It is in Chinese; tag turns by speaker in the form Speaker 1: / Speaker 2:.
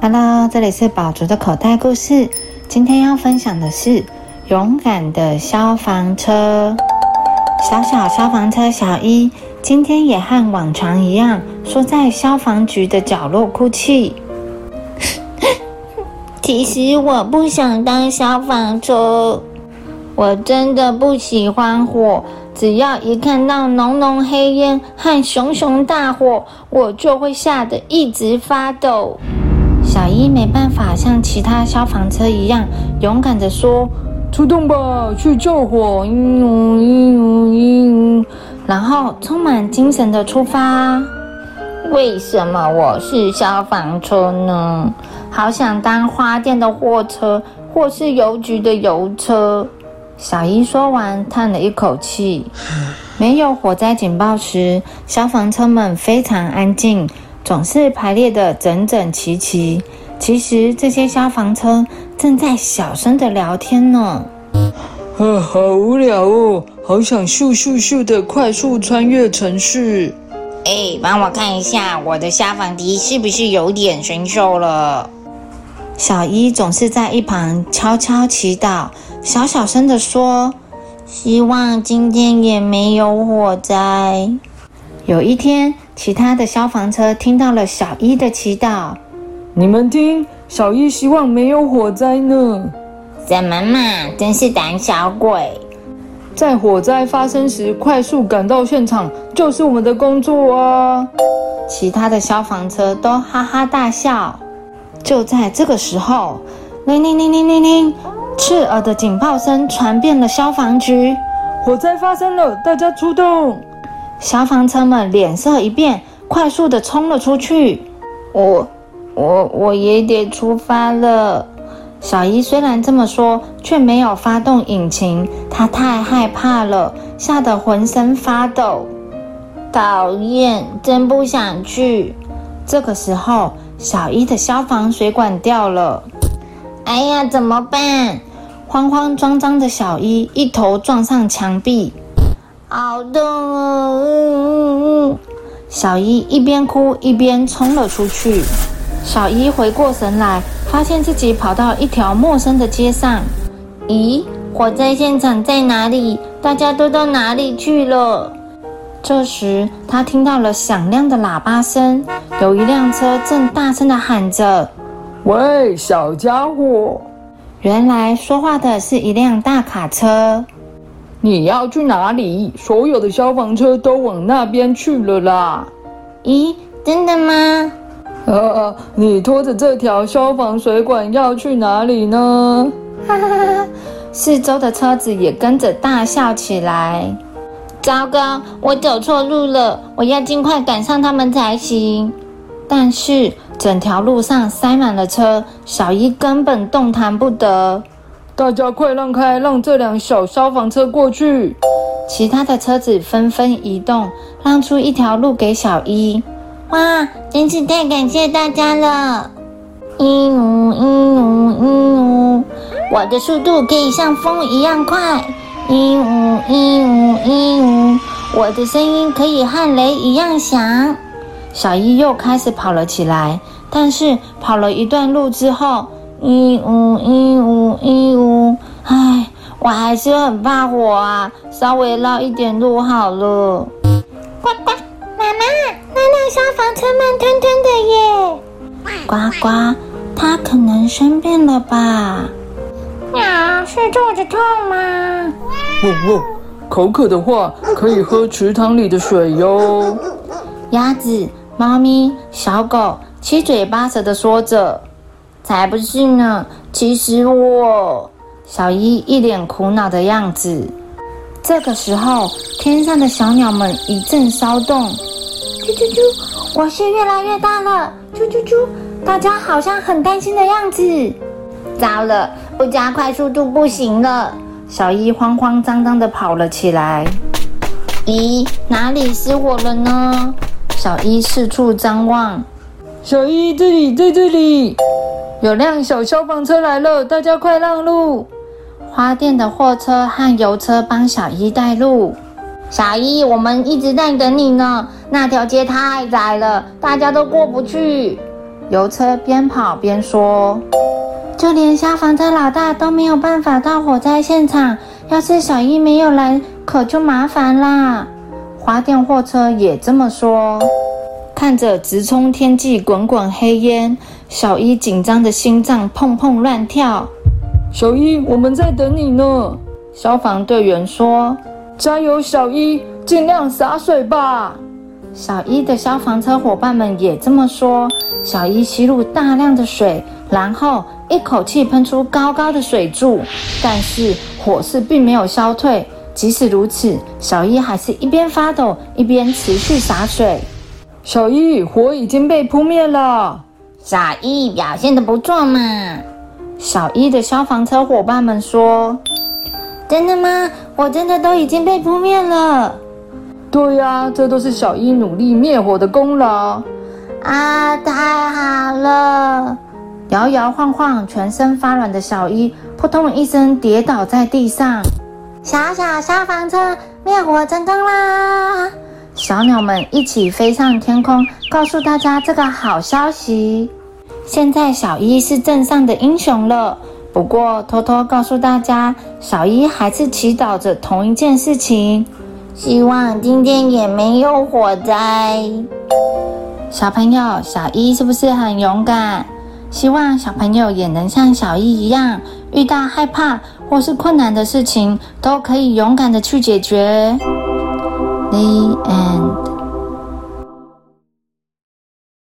Speaker 1: Hello，这里是宝竹的口袋故事。今天要分享的是勇敢的消防车。小小消防车小一今天也和往常一样，缩在消防局的角落哭泣。
Speaker 2: 其实我不想当消防车，
Speaker 3: 我真的不喜欢火。只要一看到浓浓黑烟和熊熊大火，我就会吓得一直发抖。
Speaker 1: 小一没办法像其他消防车一样勇敢地说：“
Speaker 4: 出动吧，去救火！”嗯
Speaker 1: 嗯嗯、然后充满精神的出发。
Speaker 2: 为什么我是消防车呢？
Speaker 3: 好想当花店的货车，或是邮局的邮车。
Speaker 1: 小一说完，叹了一口气。没有火灾警报时，消防车们非常安静，总是排列的整整齐齐。其实这些消防车正在小声的聊天呢。
Speaker 4: 啊，好无聊哦，好想咻咻咻的快速穿越城市。
Speaker 2: 哎，帮我看一下我的消防笛是不是有点生锈了？
Speaker 1: 小一总是在一旁悄悄祈祷，小小声地说：“
Speaker 2: 希望今天也没有火灾。”
Speaker 1: 有一天，其他的消防车听到了小一的祈祷：“
Speaker 4: 你们听，小一希望没有火灾呢。”“
Speaker 2: 怎么嘛，真是胆小鬼！”
Speaker 4: 在火灾发生时快速赶到现场，就是我们的工作啊！
Speaker 1: 其他的消防车都哈哈大笑。就在这个时候，铃铃铃铃铃铃，刺耳的警报声传遍了消防局。
Speaker 4: 火灾发生了，大家出动！
Speaker 1: 消防车们脸色一变，快速的冲了出去。
Speaker 3: 我、我、我也得出发了。
Speaker 1: 小姨虽然这么说，却没有发动引擎，她太害怕了，吓得浑身发抖。
Speaker 2: 讨厌，真不想去。
Speaker 1: 这个时候。小一的消防水管掉了，
Speaker 2: 哎呀，怎么办？
Speaker 1: 慌慌张张的小一一头撞上墙壁，
Speaker 2: 好痛哦！嗯
Speaker 1: 嗯、小一一边哭一边冲了出去。小一回过神来，发现自己跑到一条陌生的街上。
Speaker 3: 咦，火灾现场在哪里？大家都到哪里去了？
Speaker 1: 这时，他听到了响亮的喇叭声，有一辆车正大声的喊着：“
Speaker 4: 喂，小家伙！”
Speaker 1: 原来说话的是一辆大卡车。
Speaker 4: 你要去哪里？所有的消防车都往那边去了啦！
Speaker 3: 咦，真的吗？
Speaker 4: 呃，你拖着这条消防水管要去哪里呢？
Speaker 1: 哈哈哈！四周的车子也跟着大笑起来。
Speaker 3: 糟糕，我走错路了！我要尽快赶上他们才行。
Speaker 1: 但是整条路上塞满了车，小一根本动弹不得。
Speaker 4: 大家快让开，让这辆小消防车过去！
Speaker 1: 其他的车子纷纷移动，让出一条路给小一。
Speaker 2: 哇，真是太感谢大家了！
Speaker 3: 一呜一呜一呜，我的速度可以像风一样快。一五一五一五，我的声音可以和雷一样响。
Speaker 1: 小一又开始跑了起来，但是跑了一段路之后，嗯
Speaker 3: 一五一五一五，唉，我还是很怕火啊！稍微绕一点路好了。
Speaker 2: 呱呱，妈妈，那辆消防车慢吞吞的
Speaker 1: 耶！呱呱，它可能生病了吧？
Speaker 5: 鸟、啊、是肚子痛吗？
Speaker 4: 哦哦，口渴的话可以喝池塘里的水哟。
Speaker 1: 鸭子、猫咪、小狗七嘴八舌的说着：“
Speaker 3: 才不是呢！”其实我……
Speaker 1: 小一一脸苦恼的样子。这个时候，天上的小鸟们一阵骚动，
Speaker 5: 啾啾啾，我是越来越大了，啾啾啾，大家好像很担心的样子。
Speaker 3: 糟了，不加快速度不行了！
Speaker 1: 小一慌慌张张的跑了起来。
Speaker 3: 咦，哪里失火了呢？
Speaker 1: 小一四处张望。
Speaker 4: 小一，这里，在这里，有辆小消防车来了，大家快让路！
Speaker 1: 花店的货车和油车帮小一带路。
Speaker 3: 小一，我们一直在等你呢。那条街太窄了，大家都过不去。
Speaker 1: 油车边跑边说
Speaker 3: 就连消防车老大都没有办法到火灾现场，要是小一没有来，可就麻烦啦。：“
Speaker 1: 花电货车也这么说。”看着直冲天际滚滚黑烟，小一紧张的心脏砰砰乱跳。
Speaker 4: 小一，我们在等你呢，
Speaker 1: 消防队员说
Speaker 4: 加油，小一，尽量洒水吧。：“
Speaker 1: 小一的消防车伙伴们也这么说。”小一吸入大量的水，然后一口气喷出高高的水柱，但是火势并没有消退。即使如此，小一还是一边发抖一边持续洒水。
Speaker 4: 小一，火已经被扑灭了。
Speaker 3: 小一表现的不错嘛，
Speaker 1: 小一的消防车伙伴们说
Speaker 3: 真的吗？我真的都已经被扑灭了
Speaker 4: 对呀、这都是小一努力灭火的功劳。
Speaker 3: 啊！太好了，：“
Speaker 1: 摇摇晃晃、全身发软的小一，扑通一声跌倒在地上。
Speaker 3: 小小消防车灭火成功啦！
Speaker 1: 小鸟们一起飞上天空，告诉大家这个好消息。现在小一是镇上的英雄了。不过，偷偷告诉大家，小一还是祈祷着同一件事情，
Speaker 3: 希望今天也没有火灾。
Speaker 1: 小朋友，小一是不是很勇敢？希望小朋友也能像小一一样，遇到害怕或是困难的事情，都可以勇敢的去解决。The end.